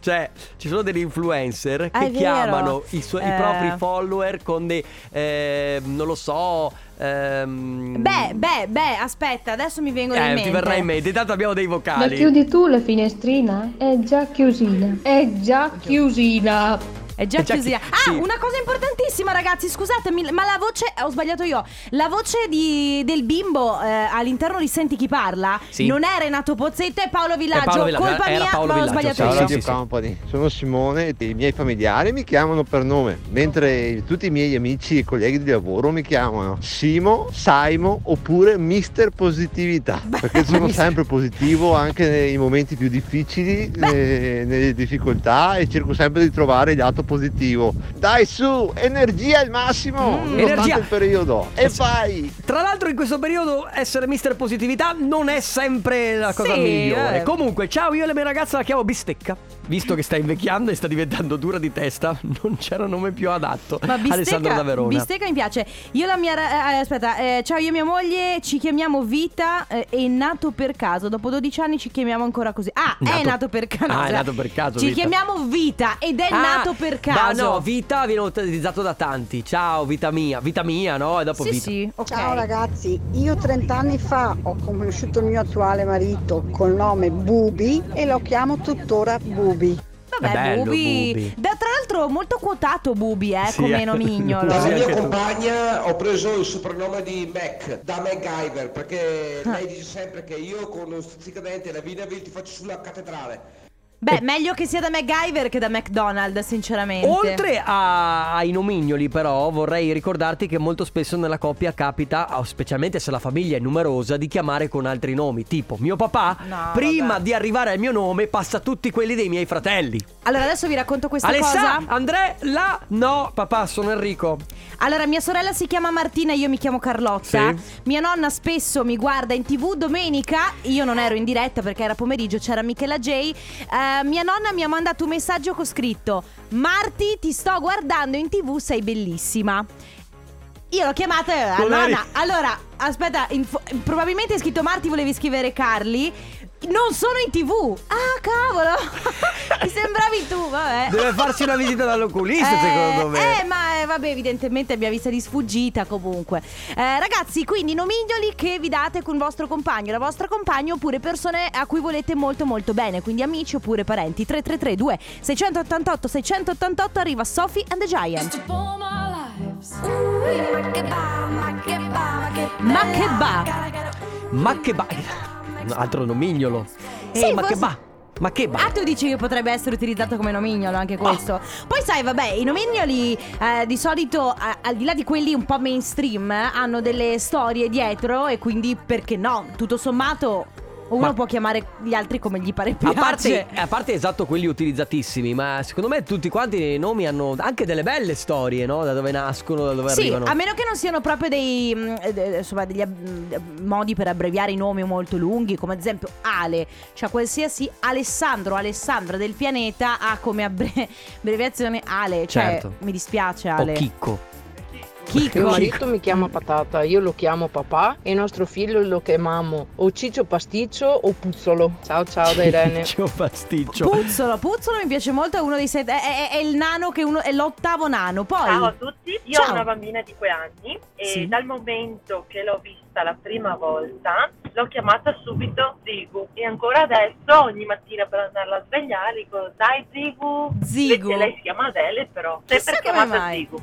S1: Cioè, ci sono degli influencer che
S2: Ah, è vero.
S1: chiamano i, suoi- i
S2: Eh.
S1: propri follower con dei, eh, non lo so, ehm,
S2: Beh, beh, beh, aspetta, adesso mi vengono in
S1: eh,
S2: mente.
S1: ti verrà in mente, intanto abbiamo dei
S22: La
S1: vocali.
S22: chiudi tu la finestrina? È già chiusina. È già chiusina.
S2: È già,
S22: È già
S2: chiusa.
S22: chi-
S2: Ah,
S22: sì.
S2: una cosa importantissima, ragazzi, scusatemi, ma la voce, ho sbagliato io. La voce di- del bimbo eh, all'interno di Senti chi parla
S23: Sì.
S2: non è Renato Pozzetto, è Paolo Villaggio.
S23: Paolo Villaggio,
S2: Colpa
S23: era
S2: mia,
S23: Paolo
S2: ma ho
S23: Villaggio,
S2: sbagliato
S23: sì,
S2: io.
S23: sì,
S24: Ciao Radio
S23: sì.
S24: Company, sono Simone e i miei familiari mi chiamano per nome, mentre tutti i miei amici e colleghi di lavoro mi chiamano Simo, Saimo oppure Mister Positività, perché sono sempre positivo anche nei momenti più difficili, eh, nelle difficoltà e cerco sempre di trovare il lato positivo. Dai su, energia al
S2: Mm.
S24: massimo, nonostante
S1: energia.
S24: il periodo. E vai!
S1: Tra l'altro in questo periodo essere mister positività non è sempre la cosa
S24: Sì,
S1: migliore.
S24: eh.
S1: Comunque, ciao, io e la mia ragazza la chiamo bistecca. Visto che sta invecchiando e sta diventando dura di testa, non c'era nome più adatto.
S2: Ma
S1: Alessandro da
S2: bistecca,
S1: Verona.
S2: bistecca mi piace. Io e la mia. ra- eh, aspetta, eh, ciao, io e mia moglie ci chiamiamo Vita. eh, è nato per caso. Dopo 12 anni ci chiamiamo ancora così. Ah, è
S1: Nato-
S2: nato per caso. Cioè,
S1: Ah, è nato per caso,
S2: Ci
S1: Vita.
S2: chiamiamo Vita ed è
S1: Ah,
S2: nato per caso.
S1: Ma no, vita viene utilizzato da tanti. Ciao, vita mia. Vita mia, no? E dopo
S6: Sì,
S1: vita.
S6: sì.
S2: ok.
S6: Ciao ragazzi, io 30 anni fa ho conosciuto il mio attuale marito col nome Bubi e lo chiamo tuttora Bubi.
S2: Vabbè,
S1: È bello,
S2: Bubi.
S1: Bubi.
S2: Da- tra l'altro molto quotato Bubi, eh,
S1: Sì,
S2: come
S1: eh.
S2: nomignolo.
S1: Sì,
S5: Dalla mia
S1: anche tu.
S5: compagna ho preso il soprannome di Mac da MacGyver perché lei dice sempre che io con lo stuzzicadente e la Vinavil ti faccio sulla cattedrale.
S2: Beh, meglio che sia da MacGyver che da McDonald's, sinceramente.
S1: Oltre a- ai nomignoli, però, vorrei ricordarti che molto spesso nella coppia capita, oh, specialmente se la famiglia è numerosa, di chiamare con altri nomi. Tipo, mio papà,
S2: No,
S1: prima
S2: Ah, vabbè.
S1: di arrivare al mio nome, passa tutti quelli dei miei fratelli.
S2: Allora, adesso vi racconto questa
S1: Alessà,
S2: cosa.
S1: André, là, no, papà, sono Enrico.
S2: Allora, mia sorella si chiama Martina, io mi chiamo Carlotta.
S1: Sì.
S2: Mia nonna spesso mi guarda in tv domenica. Io non ero in diretta perché era pomeriggio, c'era Michela J. Eh, mia nonna mi ha mandato un messaggio con scritto: Marti, ti sto guardando in tv, sei bellissima. Io l'ho chiamata e ho detto,
S1: Non
S2: "Ah,
S1: eri-
S2: nonna. Allora, aspetta, in fo- probabilmente hai scritto Marti, volevi scrivere Carli. Non sono in tv. Ah, cavolo! mi sembravi tu, vabbè.
S1: Deve farsi una visita dall'oculista,
S2: Eh,
S1: secondo me.
S2: Eh, ma eh, vabbè, evidentemente mi ha vista di sfuggita comunque. Eh, ragazzi, quindi nomignoli che vi date con il vostro compagno, la vostra compagna, oppure persone a cui volete molto molto bene, quindi amici oppure parenti. 3332 688 688 arriva Sophie and the Giant. Ma che va?
S1: Ma che ba... Un altro nomignolo. Eh,
S2: Sì,
S1: ma
S2: forse-
S1: che ba... Ma che ba...
S2: Ah, tu dici che potrebbe essere utilizzato come nomignolo anche questo. Poi sai, vabbè, i nomignoli eh, di solito, a- al di là di quelli un po' mainstream, eh, hanno delle storie dietro e quindi perché no? Tutto sommato, uno
S1: Ma-
S2: può chiamare gli altri come gli pare
S1: A
S2: piace.
S1: parte, a parte esatto quelli utilizzatissimi, ma secondo me tutti quanti i nomi hanno anche delle belle storie, no? Da dove nascono, da dove
S2: Sì,
S1: arrivano.
S2: a meno che non siano proprio dei mh, eh, de- insomma, degli ab- mh, modi per abbreviare i nomi molto lunghi, come ad esempio Ale, cioè qualsiasi Alessandro o Alessandra del pianeta ha come abbre- abbreviazione Ale, cioè
S1: Certo.
S2: mi dispiace
S1: O
S2: Ale.
S1: chicco.
S2: Chicco.
S7: Mio marito mi chiama patata, io lo chiamo papà e nostro figlio lo chiamiamo o ciccio pasticcio o puzzolo. Ciao ciao da Irene.
S1: Ciccio pasticcio.
S2: Puzzolo, Puzzolo mi piace molto, è uno dei sette, è, è- è il nano che uno, è l'ottavo nano, poi...
S8: Ciao a tutti, io
S2: Ciao.
S8: ho una bambina di due anni e
S2: Sì.
S8: dal momento che l'ho vista la prima volta l'ho chiamata subito Zigu e ancora adesso ogni mattina per andarla a svegliare dico dai Zigu,
S2: Zigu.
S8: Lei- lei si chiama Adele però,
S2: Chissà
S8: sempre
S2: come
S8: chiamata
S2: mai.
S8: Zigu.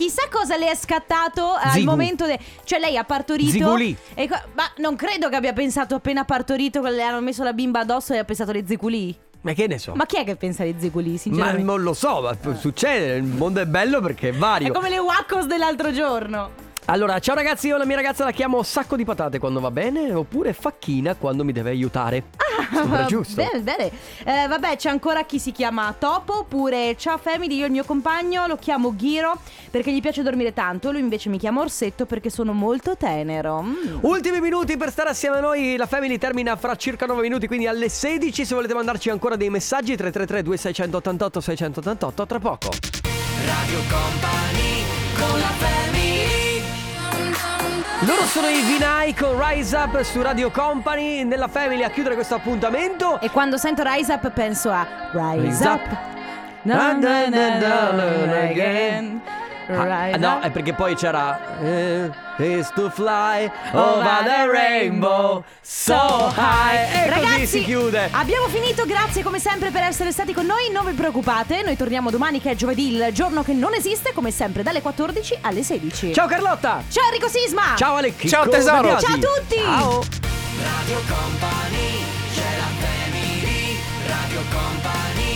S2: Chissà cosa le è scattato eh, al
S8: Zigu.
S2: momento. de- cioè, lei ha partorito.
S1: Zigulì.
S2: e qua- ma non credo che abbia pensato appena partorito, che le hanno messo la bimba addosso e ha pensato le zigulì.
S1: Ma che ne so?
S2: Ma chi è che pensa alle zigulì,
S1: Ma
S2: sinceramente?
S1: non lo so, ma p- succede, il mondo è bello perché è
S2: è
S1: vario.
S2: come le wackos dell'altro giorno.
S1: Allora, ciao ragazzi, io la mia ragazza la chiamo sacco di patate quando va bene, oppure facchina quando mi deve aiutare.
S2: Ah,
S1: Sembra giusto.
S2: bene, bene. Eh, vabbè, c'è ancora chi si chiama Topo. Oppure, ciao Family, io il mio compagno lo chiamo Ghiro perché gli piace dormire tanto. Lui invece mi chiama Orsetto perché sono molto tenero. Mm.
S1: Ultimi minuti per stare assieme a noi, la Family termina fra circa 9 minuti, quindi alle 16 se volete mandarci ancora dei messaggi 333 2688 688 tra poco. Radio Company con la Loro sono i Vinai con Rise Up su Radio Company nella Family a chiudere questo appuntamento.
S2: E quando sento Rise Up penso a Rise
S1: Rise
S2: Up.
S1: Up.
S2: Na, na, na, na, na,
S1: again.
S2: again.
S1: Ah,
S2: Rise
S1: no,
S2: up.
S1: è perché poi c'era eh, Is to fly over the rainbow so high E così
S2: Ragazzi,
S1: si chiude
S2: Abbiamo finito, grazie come sempre per essere stati con noi. Non vi preoccupate, noi torniamo domani che è giovedì, il giorno che non esiste, come sempre dalle 14 alle 16.
S1: Ciao Carlotta
S2: Ciao Enrico Sisma!
S1: Ciao Alec
S2: Ciao tesoro! Ciao a tutti!
S1: Ciao
S3: Radio Company, c'è la family, Radio Company